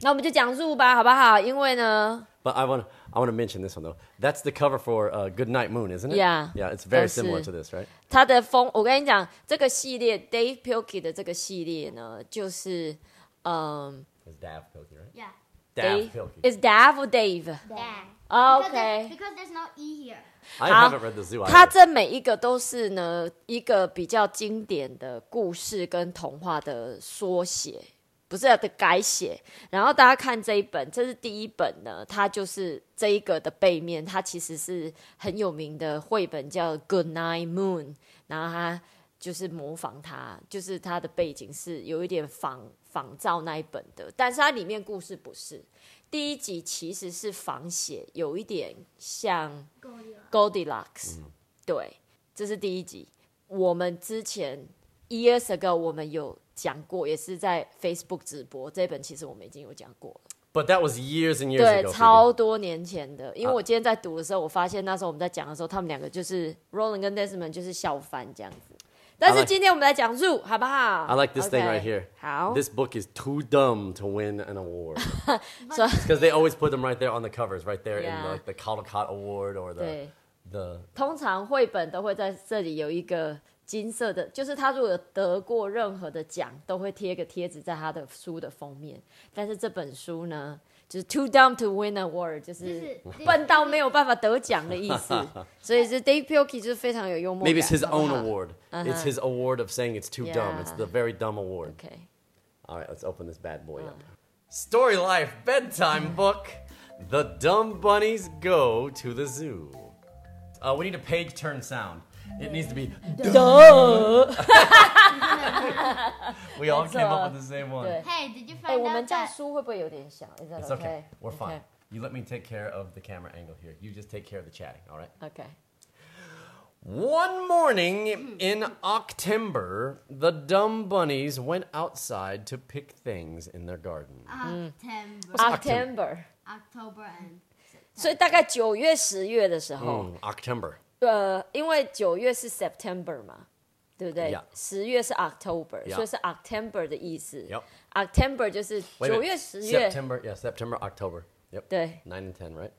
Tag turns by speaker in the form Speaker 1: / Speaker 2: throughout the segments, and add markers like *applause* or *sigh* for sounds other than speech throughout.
Speaker 1: 那我们就讲入吧，好不好？因为呢，
Speaker 2: But I want to I want to mention this one though. That's the cover for uh, Good Night Moon, isn't it?
Speaker 1: Yeah.
Speaker 2: Yeah, it's very
Speaker 1: That's
Speaker 2: similar
Speaker 1: it.
Speaker 2: to this, right?
Speaker 1: 他的风，我跟你讲，这个系列 Dave Pilkey 的这个系列呢，就是嗯
Speaker 2: It's Dav Pilkey, right?
Speaker 3: Yeah.
Speaker 2: Dav Pilkey.
Speaker 1: Dave，is Dave or Dave？
Speaker 3: Dad.
Speaker 4: Oh,
Speaker 3: Because there's,
Speaker 1: OK，
Speaker 3: because there's no E here.
Speaker 2: I
Speaker 1: 好
Speaker 2: haven't read the zoo.
Speaker 1: 它
Speaker 2: either.
Speaker 1: 这每一个都是呢一个比较经典的故事跟童话的缩写，不是的改写。然后大家看这一本，这是第一本呢，它就是这一个的背面，它其实是很有名的绘本叫《Good Night Moon》，然后它就是模仿它，就是它的背景是有一点仿仿照那一本的，但是它里面故事不是。第一集其实是仿写，有一点像。Goldilocks，、对，这是第一集。我们之前 years ago 我们有讲过，也是在 Facebook 直播这本，其实我们已经有讲过了。
Speaker 2: But that was years and years
Speaker 1: 对，
Speaker 2: ago. 啊 Phoebe.
Speaker 1: 超多年前的。因为我今天在读的时候，我发现那时候我们在讲的时候，他们两个就是 Roland 跟 Desmond 就是小翻这样子。但
Speaker 2: I
Speaker 1: 是
Speaker 2: like-
Speaker 1: 今天我们来讲 Zoo，好不好
Speaker 2: I like this thing
Speaker 1: OK，
Speaker 2: right here.
Speaker 1: 好
Speaker 2: This book is too dumb to win an award.
Speaker 1: *laughs* So-
Speaker 2: Because they always put them right there on the covers, right there in
Speaker 1: Yeah.
Speaker 2: the, like the Caldecott Award or the
Speaker 1: 对。
Speaker 2: the
Speaker 1: 通常绘本都会在这里有一个金色的，就是他如果有得过任何的奖，都会贴个贴纸在他的书的封面。但是这本书呢，就是 too dumb to win award，就
Speaker 3: 就是是就是
Speaker 1: 笨到没有办法得奖的意
Speaker 3: *laughs*
Speaker 1: 思。所以是 Dave Pilkey 就是非常有幽默感。
Speaker 2: maybe it's his
Speaker 1: 好不
Speaker 2: own
Speaker 1: 好
Speaker 2: award. It's his award of saying it's too dumb. It's
Speaker 1: Uh-huh. Yeah.
Speaker 2: the very dumb award.
Speaker 1: OK，
Speaker 2: All right, let's open this bad boy up. Story Life Bedtime Book The Dumb Bunnies Go to the Zoo. Uh, we need a page turn sound. It needs to be. We all
Speaker 1: That's
Speaker 2: came
Speaker 1: a-
Speaker 2: up with the same one.
Speaker 1: 对。
Speaker 3: Hey, did you
Speaker 1: 哎、
Speaker 4: Oh,
Speaker 3: find
Speaker 1: 我们
Speaker 3: out
Speaker 1: 这样
Speaker 3: that
Speaker 1: 书会不会有点小？Is that
Speaker 2: It's okay. We're fine. You let me take care of the camera angle here. You just take care of the chatting, all right?
Speaker 1: OK，
Speaker 2: One morning in October, the dumb bunnies went outside to pick things in their garden.
Speaker 4: Mm.
Speaker 3: October,
Speaker 1: October，
Speaker 3: uh, October and
Speaker 1: 所以大概九月、十月的时候。
Speaker 2: Mm, October.
Speaker 1: 呃，因为九月是 September 嘛，对不对
Speaker 2: Yeah.？
Speaker 1: 十月是 October，
Speaker 2: Yeah.
Speaker 1: 所以是 October 的意思。
Speaker 2: Yep.
Speaker 1: October 就是
Speaker 2: Wait a
Speaker 1: 九
Speaker 2: minute.
Speaker 1: 月、十月。
Speaker 2: September, yeah, September, October. Yep.
Speaker 1: 对，
Speaker 2: Nine and ten, right?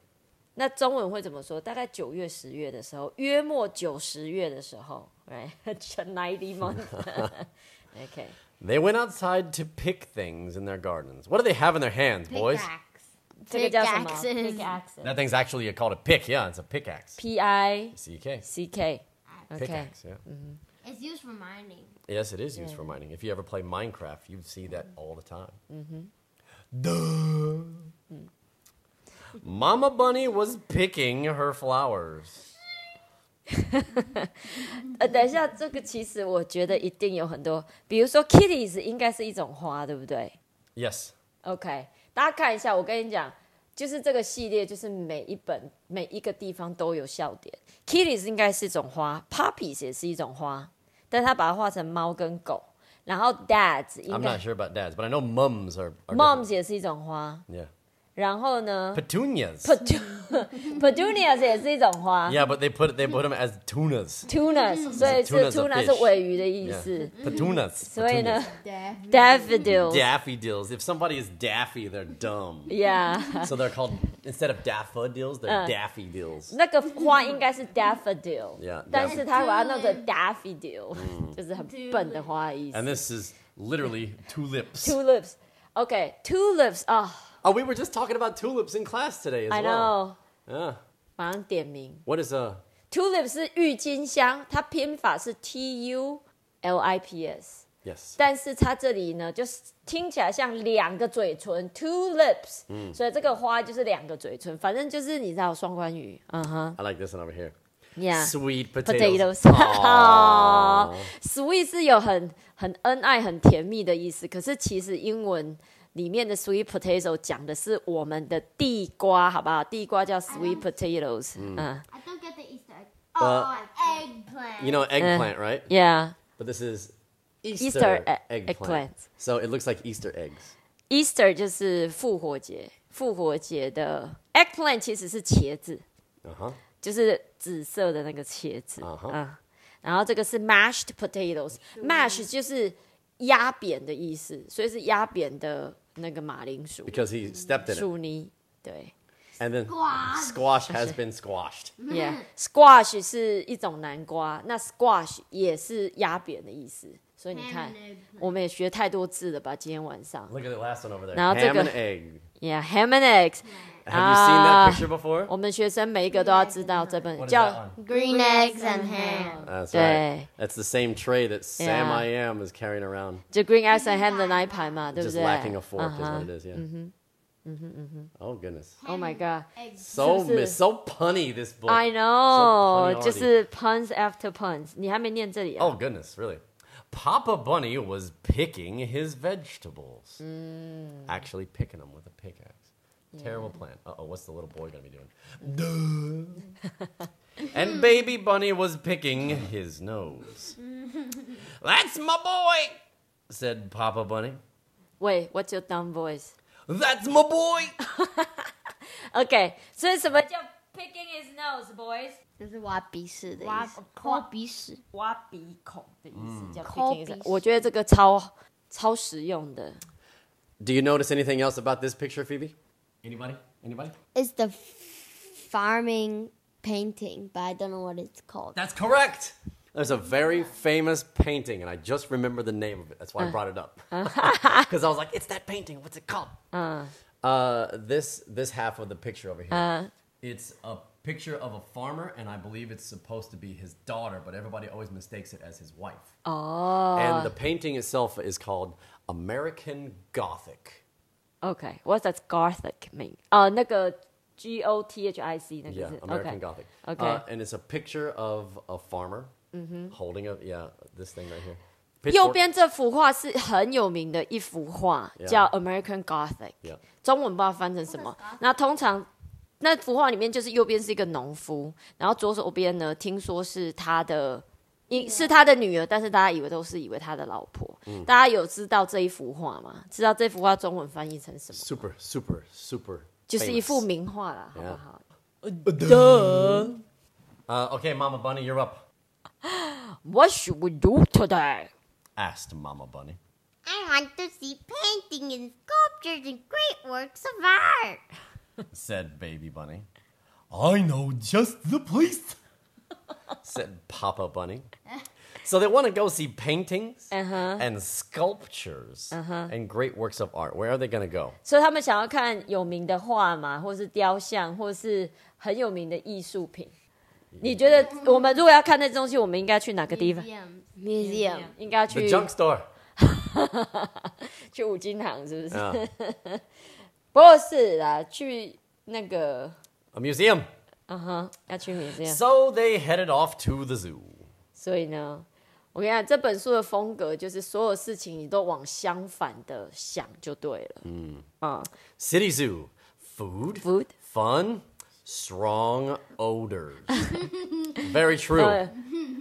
Speaker 1: 那中文会怎么说？大概九月、十月的时候，约莫九十月的时候，right？Ninety month。OK，
Speaker 2: They went outside to pick things in their gardens. What do they have in their hands, boys?
Speaker 3: pickaxe.
Speaker 1: 这个叫什么
Speaker 3: Pickaxes
Speaker 1: axes
Speaker 2: That thing's actually called a pick. Yeah, it's a pickaxe.
Speaker 1: P I
Speaker 2: C K.
Speaker 1: C K。OK，
Speaker 2: Pickaxe. Yeah.
Speaker 3: It's used for mining.
Speaker 2: Yes, it is used for mining. If you ever play Minecraft, you see that all the time. Mm-hmm. Duh. Mama Bunny was picking her flowers.
Speaker 1: 呃，等一下，这个其实我觉得一定有很多，比如说 kitties 应该是一种花，对不对？
Speaker 2: Yes.
Speaker 1: OK，大家看一下，我跟你讲，就是这个系列，就是每一本每一个地方都有笑点。Kitties 应该是一种花，Puppies 也是一种花，但他把它画成猫跟狗。然后 Dads 应
Speaker 2: I'm
Speaker 1: 该
Speaker 2: not sure about dads, but I know mums are. are
Speaker 1: ，Moms 也是一种花。
Speaker 2: different. Yeah.
Speaker 1: 然后呢
Speaker 2: Petunias.
Speaker 1: ，Petu- *laughs* Petunias 也是一种花
Speaker 2: yeah, but they put they put them as tunas.
Speaker 1: ，Tunas，所以是
Speaker 2: Tunas are
Speaker 1: Tuna
Speaker 2: fish
Speaker 1: 是尾鱼的意
Speaker 2: Yeah.
Speaker 1: 思。
Speaker 2: Petunas.
Speaker 1: 所以呢
Speaker 2: Petunias.
Speaker 3: ，Daffodils
Speaker 1: ，Daffodils，Yeah，
Speaker 2: Daffodils. If somebody is daffy, they're dumb. So they're called instead of daffodils,
Speaker 1: Uh.
Speaker 2: they're daffodils.
Speaker 1: 那个花应该是 daffodil，
Speaker 2: Yeah，嗯
Speaker 1: 但是他把它弄成 daffodil，就是很笨的花的意思。
Speaker 2: And this is literally tulips.
Speaker 1: Tulips. Okay, tulips. 啊、
Speaker 2: Oh, we were just talking about tulips in class today as
Speaker 1: i
Speaker 2: well.
Speaker 1: know，
Speaker 2: Yeah.
Speaker 1: 马上点名。
Speaker 2: What is uh, a
Speaker 1: Tulips 是郁金香，它拼法是 T U L I P S，
Speaker 2: yes?
Speaker 1: 但是它这里呢，就是听起来像两个嘴唇，tulips。所
Speaker 2: 嗯
Speaker 1: 以这个花就是两个嘴唇，反正就是你知道双关语。嗯哼
Speaker 2: I like this one over here.
Speaker 1: ，Yeah。
Speaker 2: Sweet potatoes.
Speaker 1: Potatoes，
Speaker 2: Aw.
Speaker 1: *laughs* sweet 是有很很恩爱、很甜蜜的意思，可是其实英文里面的 sweet potato 讲的是我们的地瓜，好不好？地瓜叫 sweet potatoes，嗯
Speaker 3: I don't get the Easter egg. Oh, an eggplant. *laughs*
Speaker 2: You know eggplant, right?
Speaker 1: ，Yeah。
Speaker 2: But this is Easter,
Speaker 1: Uh-huh. e-
Speaker 2: eggplant.
Speaker 1: eggplant.
Speaker 2: So it looks like Easter eggs.
Speaker 1: Easter 就是复活节，复活节的 eggplant 其实是茄子，
Speaker 2: Uh huh.
Speaker 1: 就是紫色的那个茄子
Speaker 2: 啊哈
Speaker 1: 嗯然后这个是 mashed potatoes，mash 就是压扁的意思，所以是压扁的那个马铃薯
Speaker 2: because he stepped in it.
Speaker 1: 薯泥，对。
Speaker 2: And then
Speaker 3: Squash.
Speaker 2: squash has been squashed.
Speaker 3: 嗯
Speaker 1: Yeah,
Speaker 3: *laughs*
Speaker 1: squash 是一种南瓜，那 squash 也是压扁的意思。所以你看
Speaker 3: Ham and egg，
Speaker 1: 我们也学太多字了吧？今天晚上
Speaker 2: Look at the last one over there.
Speaker 1: Now it's a
Speaker 2: Ham
Speaker 1: good-
Speaker 2: and egg.
Speaker 1: ，Yeah, ham and eggs。
Speaker 2: Have you seen that
Speaker 1: 啊
Speaker 2: picture before?
Speaker 1: 我们学生每一个都要知道这本
Speaker 2: What is
Speaker 1: 叫
Speaker 2: that one?
Speaker 3: Green eggs and ham.
Speaker 2: That's right.
Speaker 1: Day.
Speaker 2: That's the same tray that Sam
Speaker 1: Yeah.
Speaker 2: I am is carrying around.
Speaker 1: 就 Green Eggs and Ham 的那一盘嘛，对不
Speaker 2: Just
Speaker 1: 对
Speaker 2: lacking a fork
Speaker 1: 嗯
Speaker 2: is
Speaker 1: 哼
Speaker 2: what it is, yeah.
Speaker 1: Mm-hmm.
Speaker 2: Oh goodness.
Speaker 1: Oh my god.
Speaker 3: Eggs.
Speaker 2: So
Speaker 1: This is-
Speaker 2: mis- so punny this book.
Speaker 1: I
Speaker 2: So
Speaker 1: know，
Speaker 2: funny
Speaker 1: 就是 puns after puns。你还没念这里啊
Speaker 2: Oh goodness, really. Papa Bunny was picking his vegetables. Actually picking them with a pickaxe. Terrible plan. Uh oh, what's the little boy gonna be doing? Duh. and baby bunny was picking his nose. That's my boy, said Papa Bunny.
Speaker 1: Wait, what's your dumb voice?
Speaker 2: That's my boy.
Speaker 1: OK，所以什么叫 picking his nose, boys？挖挖鼻孔的意思叫 picking his-
Speaker 3: 抠鼻屎
Speaker 1: 我觉得这个超超实用的。
Speaker 2: Do you notice anything else about this picture, Phoebe? Anybody? Anybody?
Speaker 4: It's the farming painting, but I don't know what it's called.
Speaker 2: That's correct. There's a very famous painting, and I just remember the name of it. That's why I brought it up *laughs* because I was like, "It's that painting. What's it called?" Uh, Uh. this this half of the picture over here. It's a picture of a farmer, and I believe it's supposed to be his daughter, but everybody always mistakes it as his wife. Oh. And the painting itself is called American Gothic.
Speaker 1: OK，what、does Gothic mean？呃，那个 G O T H I C 那
Speaker 2: Yeah,
Speaker 1: 个是
Speaker 2: American
Speaker 1: OK
Speaker 2: Gothic.
Speaker 1: Okay.
Speaker 2: Uh, and it's a picture of a farmer holding a yeah this thing right here.
Speaker 1: 右
Speaker 2: Pitchfork.
Speaker 1: 边这幅画是很有名的一幅画
Speaker 2: Yeah.
Speaker 1: 叫 American Gothic，、
Speaker 2: Yeah.
Speaker 1: 中文不知道翻成什么
Speaker 3: What is Gothic？。
Speaker 1: 那通常那幅画里面就是右边是一个农夫，然后左手边呢，听说是他的。一是他的女儿，但是大家以为都是以为他的老婆。
Speaker 2: 嗯
Speaker 1: 大家有知道这一幅画吗？知道这幅画中文翻译成什么？
Speaker 2: Super, super, super.
Speaker 1: 就是一幅
Speaker 2: famous.
Speaker 1: 名画啦，好不
Speaker 2: Yeah.
Speaker 1: 好
Speaker 2: Uh, okay, Mama Bunny, you're up.
Speaker 1: What should we do today?
Speaker 2: Asked Mama Bunny.
Speaker 3: I want to see painting and sculptures and great works of art.
Speaker 2: Said Baby Bunny. I know just the place. said Papa Bunny. So they want to go see paintings and sculptures and great works of art. Where are they going to go?
Speaker 1: 所以他们想要看有名的画嘛，或是雕像，或是很有名的艺术品。你觉得我们如果要看那东西，我们应该去哪个地方？
Speaker 3: Museums.
Speaker 4: Museum.
Speaker 1: 应该
Speaker 2: The
Speaker 1: 去
Speaker 2: junk store.
Speaker 1: 去五金行，是不是？
Speaker 2: Yeah.
Speaker 1: *laughs* 不过是啦，去那个，
Speaker 2: A museum.
Speaker 1: 嗯哼，要去你这样。
Speaker 2: So they headed off to the zoo.
Speaker 1: 所以呢，我跟你讲，这本书的风格就是所有事情你都往相反的想就对了。嗯
Speaker 2: City Zoo. Food.
Speaker 1: ，food，
Speaker 2: Fun. Strong odors. *laughs* Very true.
Speaker 1: Uh,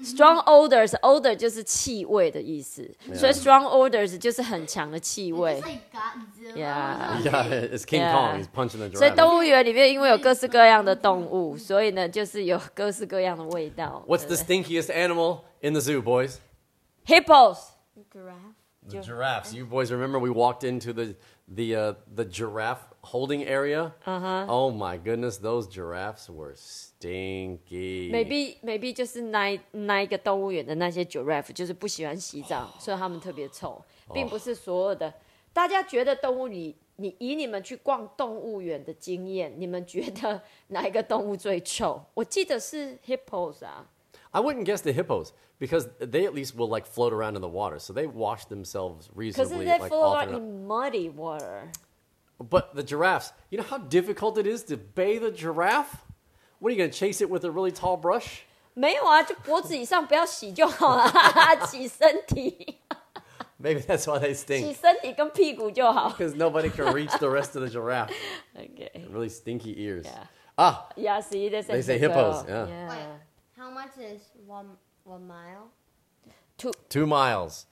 Speaker 1: Strong odors，odor 就是气味的意思所以 strong odors 就是很强的气
Speaker 3: It's
Speaker 1: 味。
Speaker 3: like Godzilla.
Speaker 1: Yeah.
Speaker 2: Yeah, it's King
Speaker 1: Yeah.
Speaker 2: Kong. He's punching the
Speaker 1: *laughs* 所以
Speaker 2: giraffe.
Speaker 1: 动物园里面因为有各式各样的动物，所以呢，就是有各式各样的味道。
Speaker 2: What's
Speaker 1: 对
Speaker 2: the stinkiest animal in the zoo, boys?
Speaker 1: hippos？
Speaker 4: Giraffe.
Speaker 2: The giraffes. You boys remember we walked into the the uh, the giraffe holding area? Uh-huh. Oh my goodness, those giraffes were stinky.
Speaker 1: maybe maybe 就是那那一个动物园的那些 giraffe 就是不喜欢洗澡所以他们特别臭，并不是所有的。大家觉得动物里，你以你们去逛动物园的经验，你们觉得 *laughs* 哪一个动物最臭？我记得是 hippos 啊，
Speaker 2: I wouldn't guess the hippos because they at least will like float around in the water, so they wash themselves
Speaker 1: 可是
Speaker 2: reasonably.
Speaker 1: they
Speaker 2: like,
Speaker 1: float
Speaker 2: often
Speaker 1: out in muddy water。
Speaker 2: But the giraffes, you know how difficult it is to bathe a giraffe? What are you gonna chase it with a really tall brush?
Speaker 1: 没有啊，就脖子以上不要洗就好
Speaker 2: *laughs*
Speaker 1: 了，洗身体，
Speaker 2: Maybe that's why they
Speaker 1: 洗
Speaker 2: stink.
Speaker 1: 身体跟屁股就好。
Speaker 2: Because nobody can reach the rest of the giraffe.
Speaker 1: OK，yeah，
Speaker 2: Really stinky ears.
Speaker 1: Yeah.
Speaker 2: Ah,
Speaker 1: see they say
Speaker 2: They say hippos, yeah.
Speaker 1: yeah.
Speaker 4: How much is one one mile?
Speaker 2: two miles,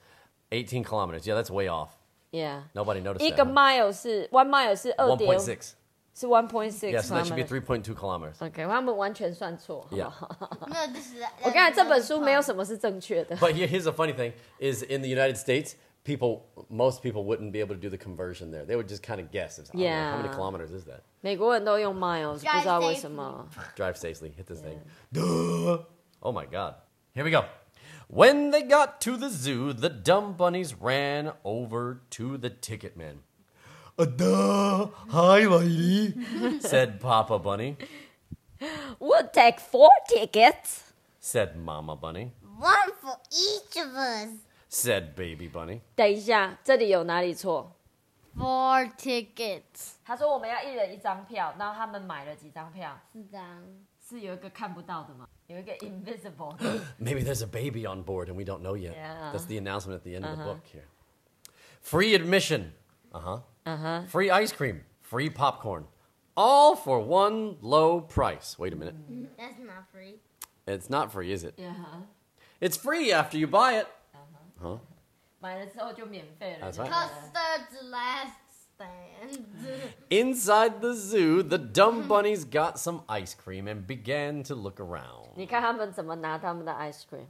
Speaker 2: 18 kilometers. Yeah, that's way off.
Speaker 1: yeah.
Speaker 2: Nobody noticed
Speaker 1: 一
Speaker 2: that.
Speaker 1: 个
Speaker 2: huh?
Speaker 1: mile 是 one mile 是二点
Speaker 2: 1.6.
Speaker 1: 是 one point six，
Speaker 2: Yeah, so that should be 3.2 kilometers.
Speaker 1: OK，他们完全算错。好不
Speaker 2: Yeah.
Speaker 1: 好
Speaker 3: No, this is.
Speaker 1: 我刚才这本书没有什么是正确的。
Speaker 2: But here- here's a funny thing is in the United States, people, most people wouldn't be able to do the conversion there. They would just kind of guess. It's, I don't know, how many
Speaker 1: Yeah.
Speaker 2: kilometers is that?
Speaker 1: 美国人都用 miles，
Speaker 3: Drive
Speaker 1: 不知道为什么。
Speaker 2: Drive safely. Hit this thing. Duh. Oh my god. Here we go. When they got to the zoo, the dumb bunnies ran over to the ticket man. Uh, duh. Hi, lady, said Papa Bunny.
Speaker 1: We'll take four tickets.
Speaker 2: Said Mama Bunny.
Speaker 3: One for each of us.
Speaker 2: Said Baby Bunny.
Speaker 1: 等一下，这里有哪里错？
Speaker 4: Four tickets.
Speaker 1: 他说我们要一人一张票，然后他们买了几张票？是有一个看不到的吗？有一个 invisible *laughs* 的。
Speaker 2: Maybe there's a baby on board and we don't know yet.
Speaker 1: Yeah.
Speaker 2: That's the announcement at the end of the book here. Free admission. Uh huh. Uh huh. Free ice cream. Free popcorn. All for one low price. Wait a minute.
Speaker 3: That's not free.
Speaker 2: It's not free, is it?
Speaker 1: 呀、
Speaker 2: It's free after you buy it.
Speaker 1: 买了之后就免费了。
Speaker 2: That's right.
Speaker 3: Custard's last stand.
Speaker 2: Inside the zoo, the dumb bunnies got some ice cream and began to look around.
Speaker 1: 你看他们怎么拿他们的 ice cream，、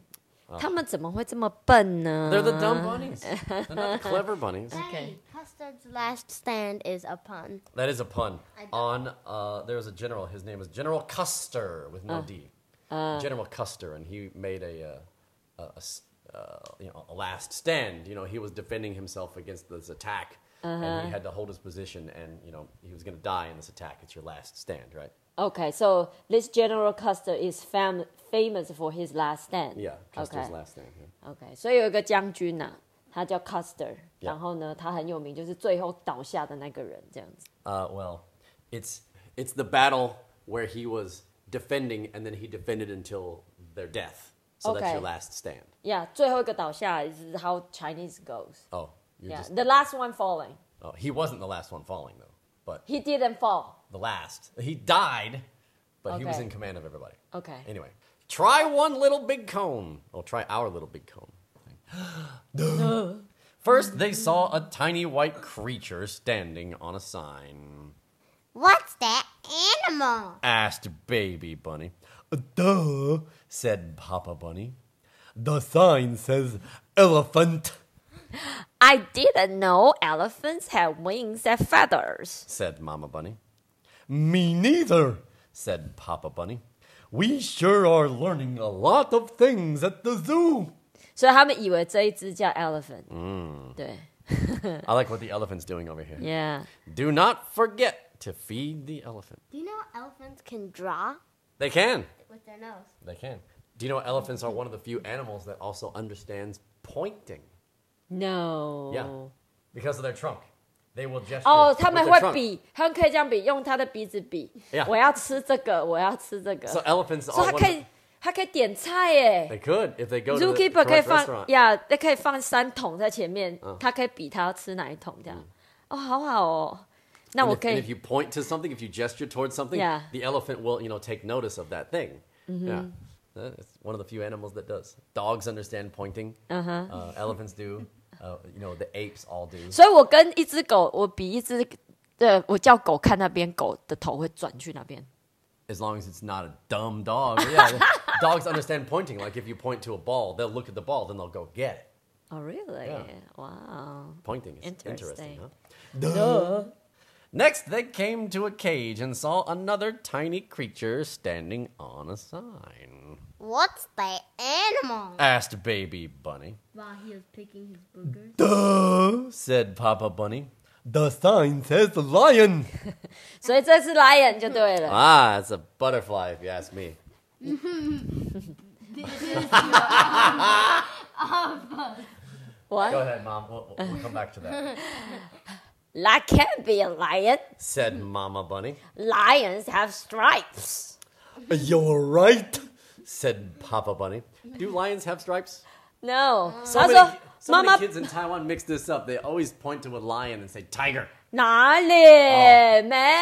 Speaker 1: 他
Speaker 2: 啊
Speaker 1: 们怎么会这么笨呢
Speaker 2: They're the dumb bunnies. They're not the clever bunnies.
Speaker 1: Okay.
Speaker 3: Custard's last stand is a pun.
Speaker 2: That is a pun. On uh, there was a general. His name was General Custer with no D. general Custer, and he made a, uh, a, a s- uh, you know a last stand. You know he was defending himself against this attack, and he had to hold his position, and you know he was going to die in this attack. It's your last stand, right?
Speaker 1: Okay, so this General Custer is fam famous for his last stand.
Speaker 2: Yeah, Custer's
Speaker 1: Okay.
Speaker 2: last stand. yeah.
Speaker 1: OK，所以有一个将军呐、他叫 Custer，、
Speaker 2: Yeah.
Speaker 1: 然后呢，他很有名，就是最后倒下的那个人这样子。
Speaker 2: Uh, well, it's it's the battle where he was defending, and then he defended until their death. So that's
Speaker 1: Okay.
Speaker 2: your last stand.
Speaker 1: Yeah，最后一个倒下 is how Chinese goes.
Speaker 2: Oh, you're
Speaker 1: Yeah,
Speaker 2: just
Speaker 1: the last one falling.
Speaker 2: Oh, he wasn't the last one falling though, but
Speaker 1: He didn't fall.
Speaker 2: the last. He died, but he was
Speaker 1: Okay.
Speaker 2: in command of everybody.
Speaker 1: Okay.
Speaker 2: Anyway, try one little big cone. Oh, try our little big cone. *gasps*
Speaker 1: *gasps*
Speaker 2: Duh. First, they saw a tiny white creature standing on a sign.
Speaker 3: What's that animal?
Speaker 2: Asked Baby Bunny. Duh, said Papa Bunny. The sign says elephant,
Speaker 1: I didn't know elephants have wings and feathers.
Speaker 2: said Mama Bunny. Me neither, said Papa Bunny. We sure are learning a lot of things at the zoo.
Speaker 1: 所以他们以为这一只叫 elephant。嗯，对
Speaker 2: I like what the elephant's doing over here.
Speaker 1: ，Yeah，
Speaker 2: Do not forget to feed the elephant.
Speaker 3: Do you know elephants can draw
Speaker 2: They can.
Speaker 3: with their nose?
Speaker 2: They can. Do you know elephants are one of the few animals that also understands pointing?
Speaker 1: no，
Speaker 2: Yeah. Because of their trunk. They will gesture.
Speaker 1: 哦，
Speaker 2: with
Speaker 1: 他们
Speaker 2: their
Speaker 1: 会
Speaker 2: trunk.
Speaker 1: 比，他们可以这样比，用他的鼻子比。
Speaker 2: Yeah.
Speaker 1: 我要吃这个，我要吃这个。
Speaker 2: So uh, oh, elephants
Speaker 1: 所以他
Speaker 2: are one of
Speaker 1: 可以
Speaker 2: the,，
Speaker 1: 他可以点菜耶。
Speaker 2: They could if they go to the
Speaker 1: Zookeeper 可以
Speaker 2: correct
Speaker 1: 放
Speaker 2: restaurant. 嗯
Speaker 1: 呀，那可以放三桶在前面，他可以比他要吃哪一桶这样。哦，好好哦，那
Speaker 2: And
Speaker 1: 我
Speaker 2: if,
Speaker 1: 可
Speaker 2: and if
Speaker 1: 以
Speaker 2: you point to something, if you gesture towards something,
Speaker 1: Yeah.
Speaker 2: the elephant will, you know, take notice of that thing. Yeah. Uh, It's one of the few animals that does. Dogs understand pointing. Uh-huh. elephants do. Uh, you know, the apes all do.
Speaker 1: 所以我跟一只狗，我比一只的，我叫狗看那边，狗的头会转去那边。
Speaker 2: As long as it's not a dumb dog. But yeah, dogs understand pointing. Like if you point to a ball, they'll look at the ball, then they'll go get it.
Speaker 1: Oh, really?
Speaker 2: Yeah.
Speaker 1: Wow.
Speaker 2: Pointing is interesting,
Speaker 1: Interesting.
Speaker 2: huh? Next, they came to a cage and saw another tiny creature standing on a sign.
Speaker 3: What's that animal?
Speaker 2: Asked Baby Bunny.
Speaker 4: While he was picking his boogers.
Speaker 2: Duh, said Papa Bunny. The sign says lion.
Speaker 1: 所以这是 lion 就对了。
Speaker 2: Ah, it's a butterfly, if you ask me. Go
Speaker 1: 我
Speaker 2: ahead, Mom. We'll, we'll- we'll come back to that.
Speaker 1: that can't be a lion.
Speaker 2: Said Mama Bunny.
Speaker 1: Lions have stripes.
Speaker 2: You're right, said Papa Bunny. Do lions have stripes?
Speaker 1: No，
Speaker 2: So
Speaker 1: 他
Speaker 2: many,
Speaker 1: 说
Speaker 2: so
Speaker 1: 妈
Speaker 2: many
Speaker 1: 妈
Speaker 2: kids in Taiwan mix this up. They always point to a lion and say tiger.
Speaker 1: 哪里没有？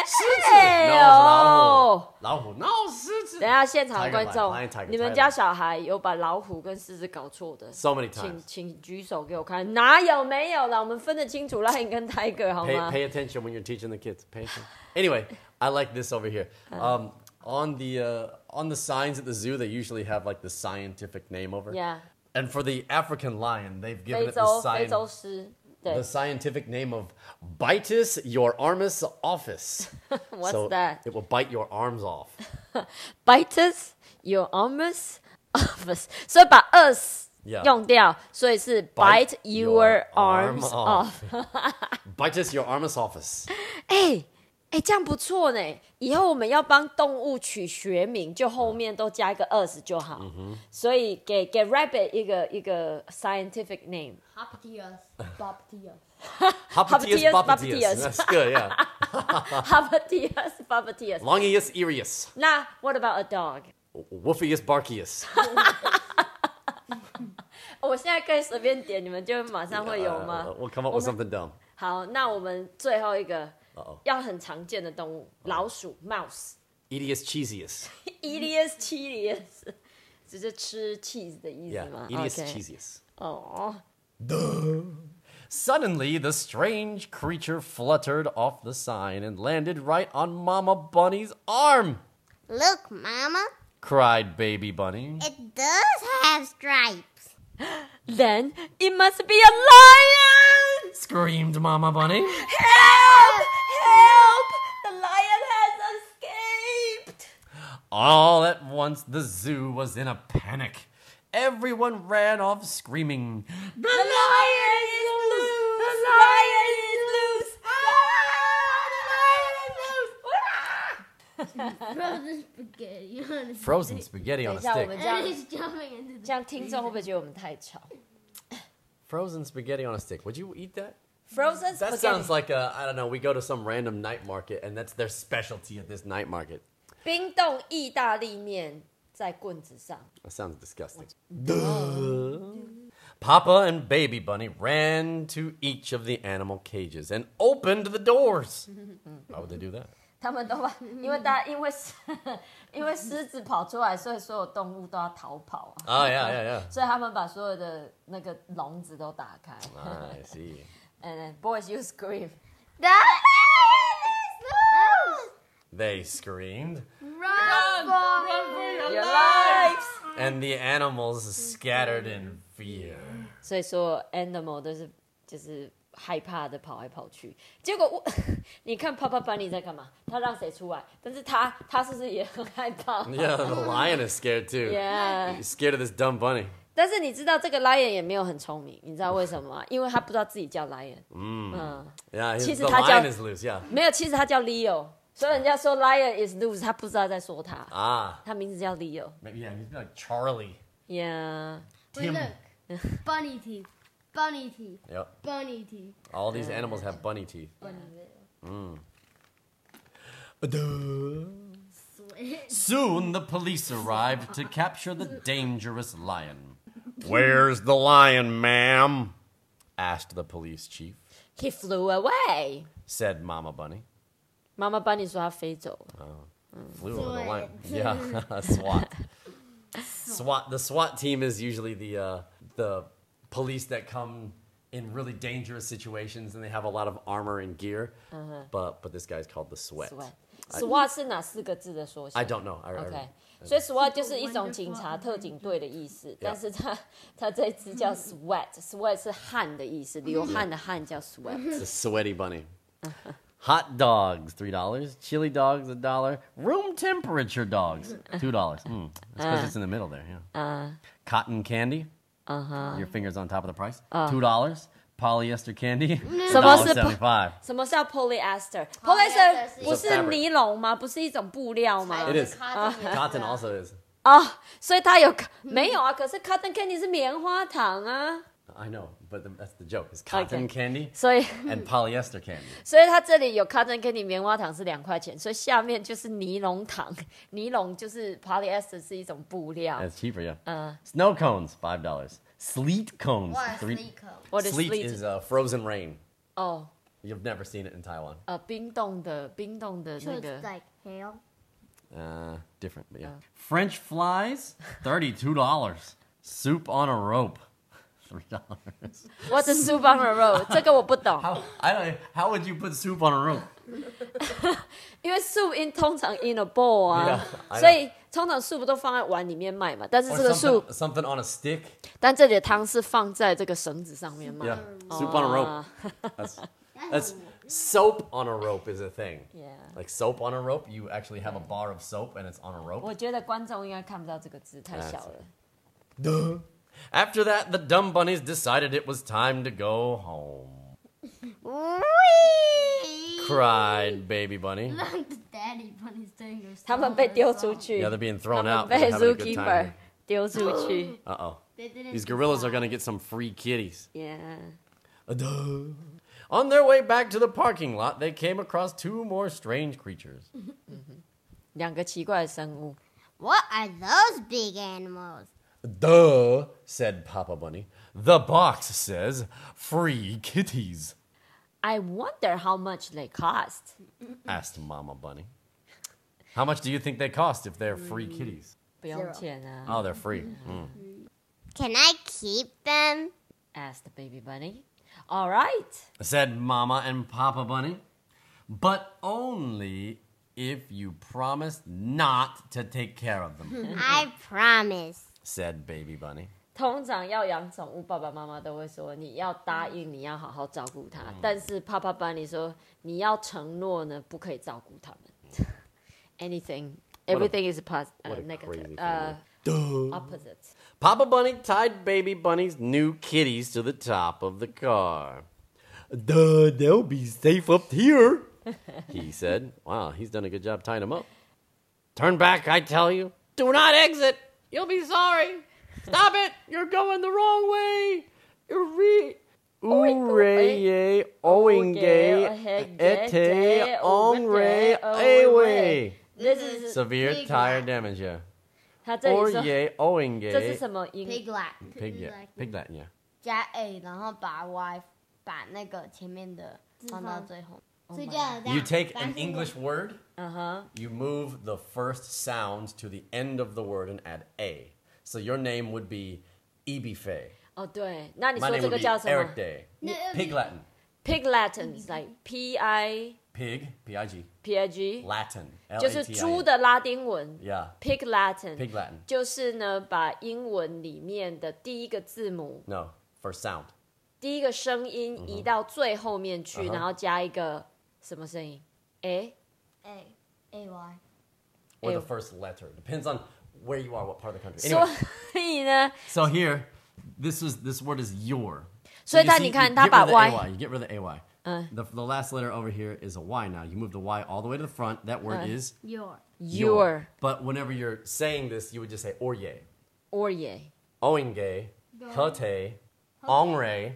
Speaker 1: 等一
Speaker 2: No,
Speaker 1: 下，现场的观
Speaker 2: Tiger lion, lion, tiger,
Speaker 1: 众，你们
Speaker 2: tiger.
Speaker 1: 家小孩有把老虎跟狮子搞错的
Speaker 2: So many
Speaker 1: 请
Speaker 2: times.
Speaker 1: 请举手给我看，哪有没有啦？我们分得清楚 lion 跟 tiger 好
Speaker 2: Pay,
Speaker 1: 吗
Speaker 2: pay attention when you're teaching the kids. Pay attention. Anyway, I like this over here. Um, uh, on the uh, on the signs at the zoo, they usually have like the scientific name over.
Speaker 1: Yeah.
Speaker 2: And for the African lion, they've given
Speaker 1: 非
Speaker 2: it the,
Speaker 1: 洲
Speaker 2: sci-
Speaker 1: 非洲狮，对
Speaker 2: the scientific name of Bitus your armus office.
Speaker 1: *laughs* What's
Speaker 2: so
Speaker 1: that?
Speaker 2: It will bite your arms off.
Speaker 1: ，bites your *laughs* arms office，所以把 us
Speaker 2: Yeah
Speaker 1: 用掉，所以是 bite your
Speaker 2: arm
Speaker 1: arms off。
Speaker 2: Bitus your armus office.
Speaker 1: *laughs* 哎哎，这样不错呢。以后我们要帮动物取学名，就后面都加一个 us 就好。
Speaker 2: 嗯
Speaker 1: 所以给给 rabbit 一个一个 scientific name。
Speaker 4: Hopatias, Bopatias.
Speaker 2: Hopatius
Speaker 1: Hopatius,
Speaker 2: bopatius.
Speaker 1: bopatius.
Speaker 2: That's good, yeah.
Speaker 1: h a b a t i u s b a b a t i u s
Speaker 2: Longius irius.
Speaker 1: 那 what about a dog？
Speaker 2: Woofius barkius.
Speaker 1: 我现在可以随便点，你们就马上会有吗
Speaker 2: Uh, we'll come up with
Speaker 1: 我们
Speaker 2: something dumb.
Speaker 1: 好，那我们最后一个
Speaker 2: Uh-oh.
Speaker 1: 要很常见的动物，老鼠 mouse。
Speaker 2: Edius cheesius.
Speaker 1: Elias cheesius，只是吃 cheese 的意
Speaker 2: Yeah.
Speaker 1: 思吗
Speaker 2: Edius
Speaker 1: OK
Speaker 2: cheesius.
Speaker 1: 哦，
Speaker 2: Suddenly, the strange creature fluttered off the sign and landed right on Mama Bunny's arm.
Speaker 3: Look, Mama,
Speaker 2: Cried Baby Bunny.
Speaker 3: it does have stripes.
Speaker 4: *laughs*
Speaker 1: Then it must be a lion!
Speaker 2: Screamed Mama Bunny.
Speaker 1: Help! Help! The lion has escaped!
Speaker 2: All at once, the zoo was in a panic. Everyone ran off screaming.
Speaker 1: The lion is loose! The lion is loose! The
Speaker 2: Ah!"
Speaker 1: lion is loose!
Speaker 4: Frozen spaghetti on his
Speaker 2: Frozen
Speaker 1: 等一下，我
Speaker 2: spaghetti on a stick.
Speaker 1: 们这样
Speaker 4: And he's jumping into the
Speaker 1: 这样，听众会不会觉得我们太吵
Speaker 2: Frozen spaghetti on a stick. Would you eat that?
Speaker 1: ？Frozen
Speaker 2: That
Speaker 1: spaghetti.
Speaker 2: sounds like I I don't know, we go to some random night market and that's their specialty at this night market.
Speaker 1: 冰冻意大利面在棍子上。
Speaker 2: That sounds disgusting. Papa and Baby Bunny ran to each of the animal cages and opened the doors. Why would they do that?
Speaker 1: 他们都把，因为大家因为狮因为狮子跑出来，所以所有动物都要逃跑啊，
Speaker 2: Oh, yeah, yeah,
Speaker 1: 所以他们把所有的那个笼子都打开。
Speaker 2: yeah. I see.
Speaker 1: *laughs* And then boys, you scream.
Speaker 3: The lion is loose.
Speaker 2: They screamed,
Speaker 4: Run,
Speaker 1: Your lives.
Speaker 2: and the animals scattered in fear.
Speaker 1: 所以说 animal 都是就是害怕的跑来跑去。结果我， *laughs* 你看 Papa Bunny 在干嘛？他让谁出来？但是他他是不是也很害怕
Speaker 2: Yeah, the lion is scared too.
Speaker 1: Yeah.
Speaker 2: He's scared of this dumb bunny.
Speaker 1: 但是你知道这个 lion 也没有很聪明，你知道为什么吗？因为他不知道自己叫 lion。嗯。
Speaker 2: Yeah, his-
Speaker 1: She's
Speaker 2: the
Speaker 1: a hot
Speaker 2: lion
Speaker 1: dog.
Speaker 2: is loose. Yeah.
Speaker 1: 没有，其实他叫 Leo，所以人家说 Lion is loose，他不知道在说他，
Speaker 2: Ah,
Speaker 1: 他名字叫 Leo。
Speaker 2: maybe yeah, he's like Charlie.
Speaker 1: Yeah，
Speaker 4: Wait,
Speaker 2: Tim.
Speaker 4: look. Bunny teeth. Bunny teeth.
Speaker 2: Yep.
Speaker 4: Bunny teeth.
Speaker 2: All these animals have bunny teeth.
Speaker 4: Bunny teeth.
Speaker 2: Soon the police arrived to capture the dangerous lion. Where's the lion, ma'am? asked the police chief.
Speaker 1: He flew away。
Speaker 2: Said Mama Bunny.
Speaker 1: 妈妈帮你说他飞走了。
Speaker 2: Flew over the lion. Yeah, *laughs* SWAT. SWAT. The SWAT team is usually the uh, the police that come in really dangerous situations, and they have a lot of armor and gear. But but this guy's called the sweat.
Speaker 1: SWAT。SWAT 是哪四个字的缩写
Speaker 2: 啊 I don't know. I, I-
Speaker 1: ？OK，所以 SWAT 就是一种警察特警队的意思，但是他他这一支叫 sweat，sweat 是汗的意思，流汗的汗叫 sweat。
Speaker 2: The sweaty bunny. Hot dogs, three dollars. Chili dogs, a dollar. Room temperature dogs, two dollars. Mm, that's because it's in the middle there. Yeah.
Speaker 1: Uh.
Speaker 2: Cotton candy. Uh
Speaker 1: Uh-huh.
Speaker 2: huh. Your fingers on top of the price. Two dollars. Polyester candy.
Speaker 1: Uh. *laughs* So what's the po-
Speaker 2: seventy-five.
Speaker 1: 什么叫 polyester？polyester 不
Speaker 2: 是
Speaker 1: 是
Speaker 2: fabric
Speaker 1: 尼龙吗？不是一种布料吗？
Speaker 2: It is.
Speaker 4: Cotton.
Speaker 2: Cotton also is.
Speaker 1: 哦，所以它有 *laughs* 没有啊？可是 cotton candy 是棉花糖啊，
Speaker 2: I know, but the, that's the joke. It's
Speaker 1: Okay.
Speaker 2: cotton candy
Speaker 1: 所以 *laughs*
Speaker 2: and polyester candy.
Speaker 1: 所以它这里有 cotton candy 棉花糖是两块钱，所以下面就是尼龙糖， *laughs* 尼龙就是 polyester 是一种布料。
Speaker 2: That's cheaper, yeah.
Speaker 1: Uh.
Speaker 2: Snow cones, five dollars. Sleet cones,
Speaker 4: *laughs*
Speaker 2: three.
Speaker 1: What is
Speaker 2: Sleet
Speaker 1: sleet?
Speaker 2: is uh, frozen rain.
Speaker 1: 哦，
Speaker 2: You've never seen it in Taiwan.
Speaker 1: 呃，冰冻的冰冻的那个
Speaker 3: like hail.
Speaker 2: Uh, different, but yeah. French flies, thirty-two dollars. Soup on a rope, *laughs* three dollars.
Speaker 1: What's a soup on a
Speaker 2: *laughs*
Speaker 1: roll？这个我不懂，
Speaker 2: How I don't. e, How would you put soup on a rope?
Speaker 1: 因为 soup in 通常 in a bowl 啊
Speaker 2: Yeah，I know
Speaker 1: 所以通常树不都放在碗里面卖嘛？但是
Speaker 2: Or
Speaker 1: 这个树
Speaker 2: something,，something on a stick.
Speaker 1: 但这里的汤是放在这个绳子上面卖。
Speaker 2: Yeah, soup on a Ah. rope. *laughs* That's, that's soap on a rope is a thing.
Speaker 1: Yeah.
Speaker 2: Like soap on a rope, you actually have a bar of soap and it's on a
Speaker 1: 我
Speaker 2: rope.
Speaker 1: 觉得观众应该看不到这个字，太小了。
Speaker 2: Duh. After that, the dumb bunnies decided it was time to go home.
Speaker 3: Whee!
Speaker 2: Cried baby
Speaker 4: *laughs*
Speaker 2: bunny. *laughs*
Speaker 4: Like the daddy bunny's doing their
Speaker 1: 他们被丢出去
Speaker 2: Yeah, they're being
Speaker 1: 他
Speaker 2: thrown
Speaker 1: 们
Speaker 2: out. but
Speaker 1: 被
Speaker 2: they're having a good time
Speaker 1: zookeeper *laughs* 丢出去。
Speaker 2: Uh oh.
Speaker 4: They didn't
Speaker 2: These gorillas are gonna get some free kitties.
Speaker 1: Yeah.
Speaker 2: Uh, duh. On their way back to the parking lot, they came across two more strange creatures.
Speaker 1: 两个奇怪的生物，
Speaker 3: What are those big animals?
Speaker 2: Duh, said Papa Bunny. The box says free kitties,
Speaker 1: I wonder how much they cost.
Speaker 2: asked Mama Bunny. How much do you think they cost if they're free kitties?
Speaker 1: 不用钱啊
Speaker 2: Oh, they're free. Mm.
Speaker 3: Can I keep them?
Speaker 1: asked baby bunny. All right.
Speaker 2: Said Mama and Papa Bunny. But only if you promise not to take care of them,
Speaker 4: *laughs*
Speaker 3: I promise.
Speaker 2: said Baby Bunny.
Speaker 1: 通常要养宠物，爸爸妈妈都会说你要答应，你要好好照顾它。
Speaker 2: 嗯
Speaker 1: 但是爸爸班里说你要承诺呢，不可以照顾它们。Anything, everything is pos 呃
Speaker 2: what a
Speaker 1: negative, Uh,
Speaker 2: crazy
Speaker 1: 呃 opposite.
Speaker 2: Papa Bunny tied Baby Bunny's new kitties to the top of the car. Duh, they'll be safe up here, *laughs* he said. Wow, he's done a good job tying them up. Turn back, I tell you. Do not exit. You'll be sorry. Stop it. You're going the wrong way. Uri. Uraye, oinge,
Speaker 1: Oinge,
Speaker 2: ete,
Speaker 1: ohege,
Speaker 2: onre,
Speaker 1: ohege,
Speaker 2: awe.
Speaker 1: This is
Speaker 2: Severe
Speaker 3: Big
Speaker 2: tire
Speaker 3: one.
Speaker 2: damage, yeah.
Speaker 1: 他这
Speaker 2: 哦
Speaker 1: 里说
Speaker 2: Orye, oinge.
Speaker 1: 这是什么音？
Speaker 4: pig Latin
Speaker 2: Piglet. Piglet, yeah.
Speaker 4: 加 a，然后把 y 把那个前面的放到最后。
Speaker 1: Oh
Speaker 3: Oh So
Speaker 2: You take an English word,
Speaker 1: 嗯哼，
Speaker 2: you move the first sound to the end of the word and add a. So your name would be Ibife.
Speaker 1: 哦对，那你
Speaker 2: My
Speaker 1: 说
Speaker 2: name
Speaker 1: 这
Speaker 2: would
Speaker 1: 个
Speaker 2: be
Speaker 1: 叫什
Speaker 2: Eric
Speaker 1: 么
Speaker 2: Day.
Speaker 4: No, it would
Speaker 2: Pig
Speaker 4: be-
Speaker 2: Latin.
Speaker 1: ？Pig Latin，like P I
Speaker 2: Pig, P I G.
Speaker 1: P I G，
Speaker 2: Latin. L
Speaker 1: 就
Speaker 2: A
Speaker 1: 是
Speaker 2: T I N.
Speaker 1: 猪的拉丁文。
Speaker 2: Yeah.
Speaker 1: Pig Latin。
Speaker 2: Pig Latin.
Speaker 1: 就是呢，把英文里面的第一个字母、
Speaker 2: No, first sound.
Speaker 1: 第一个声
Speaker 2: 嗯
Speaker 1: 音移到最后面去
Speaker 2: 嗯哼
Speaker 1: 然后加一个什么声音？哎，
Speaker 4: a a y
Speaker 2: Or
Speaker 1: Ew.
Speaker 2: the first letter. Depends on where you are, what part of the country.
Speaker 1: 所
Speaker 2: Anyway,
Speaker 1: 以呢，
Speaker 2: so here, this is this word is your.
Speaker 1: 所以他-
Speaker 2: you,
Speaker 1: 你看，
Speaker 2: you
Speaker 1: 他把
Speaker 2: get rid of the
Speaker 1: Y-
Speaker 2: AY. You get rid of the AY. the, the last letter over here is a Y now. You move the Y all the way to the front. That word is
Speaker 4: your
Speaker 1: your
Speaker 2: But whenever you're saying this, you would just say orye.
Speaker 1: or ye，
Speaker 2: Oinge, hete, onre,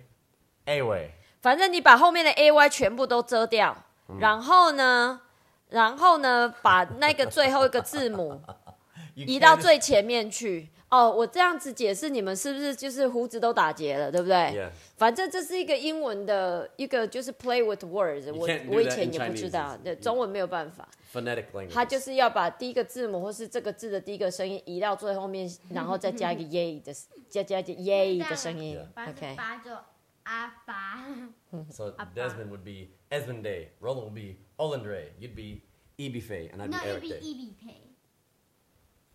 Speaker 2: ewe.
Speaker 1: 反正你把后面的 a y 全部都遮掉，
Speaker 2: 嗯
Speaker 1: 然后呢，然后呢，把那个最后一个字
Speaker 2: *laughs*
Speaker 1: 母
Speaker 2: You
Speaker 1: 移
Speaker 2: can't
Speaker 1: 到
Speaker 2: just-
Speaker 1: 最前面去。哦，我这样子解释，你们是不是就是胡子都打结了，对不对
Speaker 2: Yes.
Speaker 1: 反正这是一个英文的一个就是 play with words，我
Speaker 2: can't do
Speaker 1: 我以
Speaker 2: that
Speaker 1: 前
Speaker 2: in
Speaker 1: 也不知
Speaker 2: Chinese.
Speaker 1: 道，对中文没有办法，
Speaker 2: phonetic language.
Speaker 1: 它就是要把第一个字母或是这个字的第一个声音移到最后面，然后再加一个耶的，加加一个耶的声音
Speaker 4: 八
Speaker 1: ，OK
Speaker 4: 十。八就阿八，
Speaker 2: So Desmond would be Esmond Roland would be Olandre. You'd be Ibife, and I'd be Eric
Speaker 3: E.
Speaker 2: Day.
Speaker 4: b pay。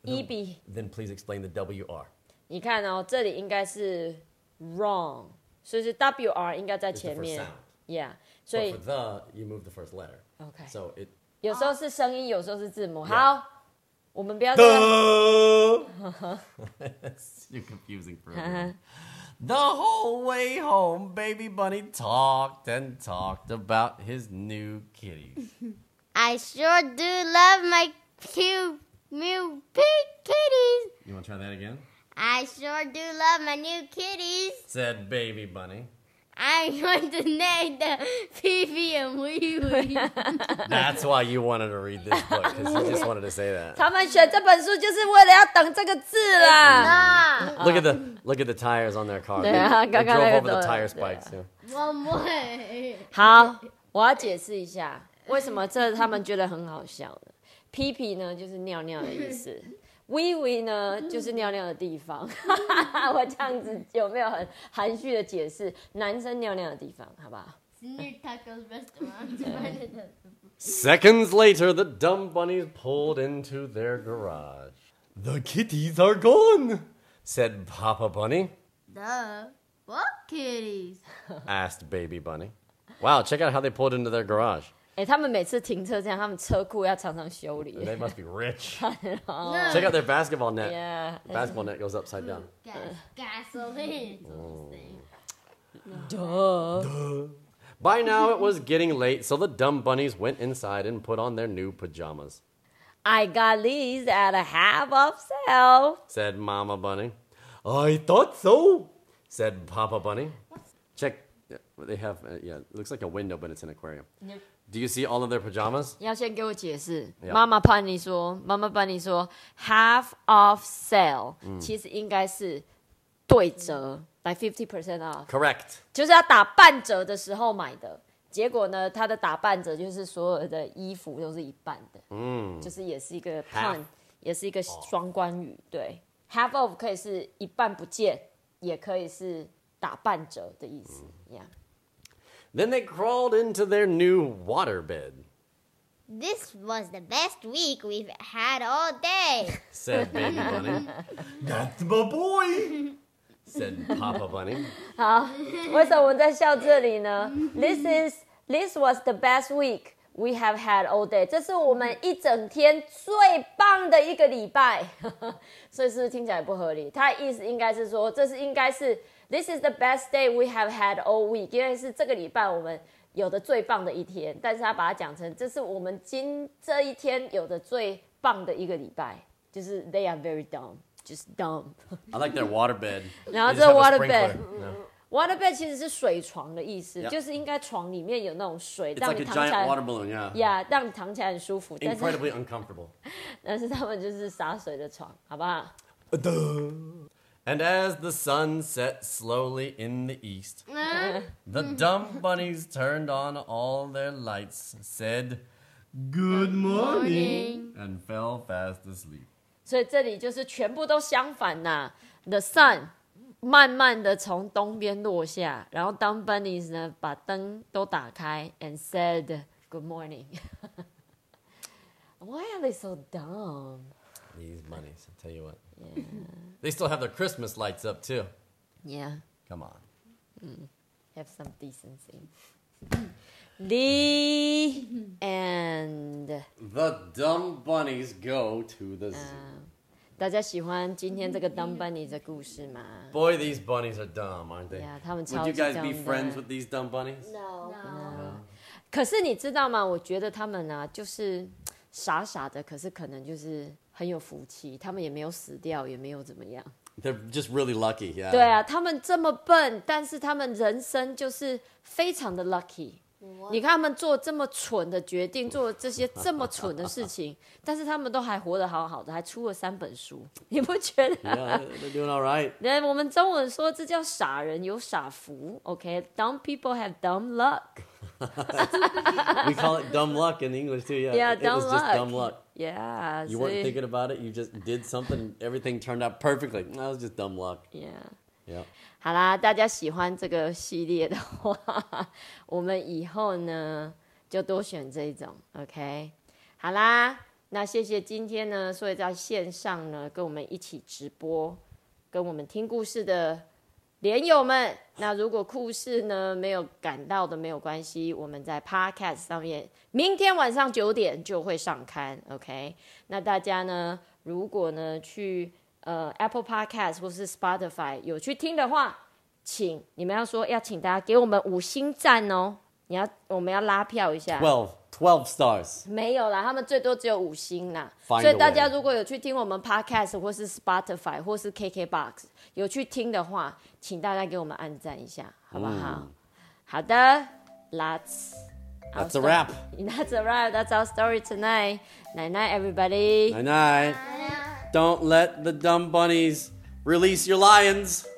Speaker 1: 一比，
Speaker 2: Then please explain the WR.
Speaker 1: 你看哦，这里应该是 wrong，所以是 W R 应该在
Speaker 2: It's
Speaker 1: 前
Speaker 2: the first
Speaker 1: 面
Speaker 2: sound.
Speaker 1: ，Yeah，所
Speaker 2: But
Speaker 1: 以
Speaker 2: for the, you move the first letter.
Speaker 1: OK
Speaker 2: So it.
Speaker 1: 有时候是声音，有时候是字母。
Speaker 2: Yeah
Speaker 1: 好，我们不要再 *laughs*
Speaker 2: *laughs* The. It's too confusing
Speaker 1: Uh-huh.
Speaker 2: for everyone. The whole way home, Baby Bunny talked and talked about his new kitties.
Speaker 3: I sure do love my cute new pig kitties.
Speaker 2: You want to try that again?
Speaker 3: I sure do love my new kitties.
Speaker 2: Said
Speaker 1: *laughs*
Speaker 2: Baby Bunny.
Speaker 3: I'm going to name them Fifi and Wee
Speaker 4: *laughs*
Speaker 3: Wee.
Speaker 2: That's why you wanted to read this book, because you just wanted to say that.
Speaker 1: *laughs* 他们选这本书就是为了要等这个字
Speaker 2: *laughs*
Speaker 1: 啦。
Speaker 3: ah,
Speaker 2: Look at the look at the tires on their car. They,
Speaker 1: Yeah,
Speaker 2: they drove over the
Speaker 1: yeah.
Speaker 2: tire spikes. Yeah.
Speaker 3: one *laughs* way.
Speaker 1: 好，我要解释一下为什么这他们觉得很好笑呢？屁屁呢就是尿尿的意思，微微呢就是尿尿的地方。 *laughs* 我这样子有没有很含蓄的解释男生尿尿的地方？好不好？
Speaker 4: Near Taco's
Speaker 3: *laughs*
Speaker 4: restaurant.
Speaker 2: Seconds later, the dumb bunnies pulled into their garage. The kitties are gone, said Papa Bunny.
Speaker 3: Duh. What kitties?
Speaker 2: Asked Baby Bunny. Wow, check out how they pulled into their garage.
Speaker 1: 哎、他们每次停车这样，他们车库要常常修理。
Speaker 2: They must be rich.
Speaker 3: No.
Speaker 2: check out their basketball
Speaker 1: *laughs*
Speaker 2: net.
Speaker 1: Yeah.
Speaker 2: Basketball net goes upside down.
Speaker 3: Gas, gasoline. something.
Speaker 2: By now it was getting late, so the dumb bunnies went inside and put on their new pajamas.
Speaker 1: I got these at a half off sale.
Speaker 2: said Mama Bunny. I thought so, said Papa Bunny. Check. yeah, They have, uh, yeah, it looks like a window, but it's an aquarium. Do you see all of their pajamas?
Speaker 1: 你要先给我解释。
Speaker 2: Yeah.
Speaker 1: 妈妈帮你说，妈妈帮你说，half off sale，、其实应该是对折，like fifty percent off，
Speaker 2: Correct.
Speaker 1: 就是要打半折的时候买的。结果呢，它的打半折就是所有的衣服都是一半的，嗯，就是也是一个
Speaker 2: Half
Speaker 1: pun，也是一个双关语。对，half off 可以是一半不见，也可以是打半折的意思。Yeah，
Speaker 2: Then they crawled into their new water bed,
Speaker 3: This was the best week we've had all day.
Speaker 2: said Baby Bunny. *laughs* That's my boy, said Papa Bunny.
Speaker 1: 为什么我在笑这里呢？This is this was the best week we have had all day。这是我们一整天最棒的一个礼拜， *laughs* 所以是不是听起来不合理？它的意思应该是说，这是应该是 This is the best day we have had all week，因为是这个礼拜我们有的最棒的一天。但是他把它讲成，这是我们今这一天有的最棒的一个礼拜，就是 They are very dumb。Just dumb，
Speaker 2: I like their water bed.
Speaker 1: Now
Speaker 2: They
Speaker 1: the
Speaker 2: just have a
Speaker 1: water bed.
Speaker 2: sprinkler, you know?
Speaker 1: Water bed 其实是水床的意思
Speaker 2: Yeah.
Speaker 1: 就是应该床里面有那种水
Speaker 2: It's
Speaker 1: 让你
Speaker 2: like a
Speaker 1: 躺起
Speaker 2: giant
Speaker 1: 来
Speaker 2: water balloon, yeah.
Speaker 1: 呀让你躺起来很舒服。但是
Speaker 2: Incredibly uncomfortable.
Speaker 1: *laughs* 但是他们就是洒水的床，好不好？
Speaker 2: And as the sun set slowly in the east, the dumb bunnies turned on all their lights, said, Good morning, and fell fast asleep.
Speaker 1: 所以这里就是全部都相反呐、The sun 慢慢的从东边落下，然后当 bunnies 呢把灯都打开，and said good morning 。Why are they so dumb？
Speaker 2: These bunnies, I tell you what. they still have their Christmas lights up, too.
Speaker 1: Yeah.
Speaker 2: Come on.
Speaker 1: have some decency. The end。
Speaker 2: The dumb bunnies go to the zoo.
Speaker 1: 大家喜欢今天这个 Dumb Bunny 的故事吗？
Speaker 2: Boy, these bunnies are dumb, aren't they?
Speaker 1: Yeah, 他们
Speaker 2: Would you
Speaker 1: 超级
Speaker 2: guys be
Speaker 1: dumb 的。
Speaker 2: friends with these dumb bunnies?
Speaker 4: No.
Speaker 1: 可是你知道吗？我觉得他们啊，就是傻傻的，可是可能就是很有福气，他们也没有死掉，也没有怎么样。
Speaker 2: They're just really lucky,
Speaker 1: *laughs*
Speaker 2: yeah.
Speaker 1: 对啊，他们这么笨，但是他们人生就是非常的 lucky。你看他们做这么蠢的决定，做这些这么蠢的事情，但是他们都还活得好好的，还出了三本书，你不觉得？
Speaker 2: yeah, they're doing all right.
Speaker 1: 那我们中文说这叫傻人有傻福，OK？Dumb、people have dumb luck。
Speaker 2: we call it dumb luck in English too. Yeah,
Speaker 1: Yeah,
Speaker 2: Uh, it
Speaker 1: dumb
Speaker 2: was just
Speaker 1: luck.
Speaker 2: dumb luck.
Speaker 1: Yeah，
Speaker 2: You
Speaker 1: 所
Speaker 2: weren't
Speaker 1: 以
Speaker 2: thinking about it. You just did something. Everything turned out perfectly. That was just dumb luck.
Speaker 1: Yeah。
Speaker 2: Yeah.
Speaker 1: 好啦，大家喜欢这个系列的话，我们以后呢就多选这一种，OK？好啦，那谢谢今天呢，所以在线上呢跟我们一起直播，跟我们听故事的连友们。那如果故事呢没有赶到的没有关系，我们在 Podcast 上面，明天晚上九点就会上刊，OK？那大家呢，如果呢去呃 Apple Podcast 或是 Spotify 有去听的话，请你们要说要请大家给我们五星赞哦。你要我们要拉票一下，
Speaker 2: 12, 12 stars.
Speaker 1: 没有啦，他们最多只有五星啦。
Speaker 2: Find
Speaker 1: 所以大
Speaker 2: a way
Speaker 1: 家如果有去听我们 Podcast 或是 Spotify 或是 KKBox 有去听的话，请大家给我们按赞一下，好不好？好的，That's our
Speaker 2: 嗯 That's a
Speaker 1: story-
Speaker 2: wrap.
Speaker 1: That's a wrap. That's our story tonight. Night night, everybody.
Speaker 2: And I don't let the dumb bunnies release your lions.
Speaker 1: Ah!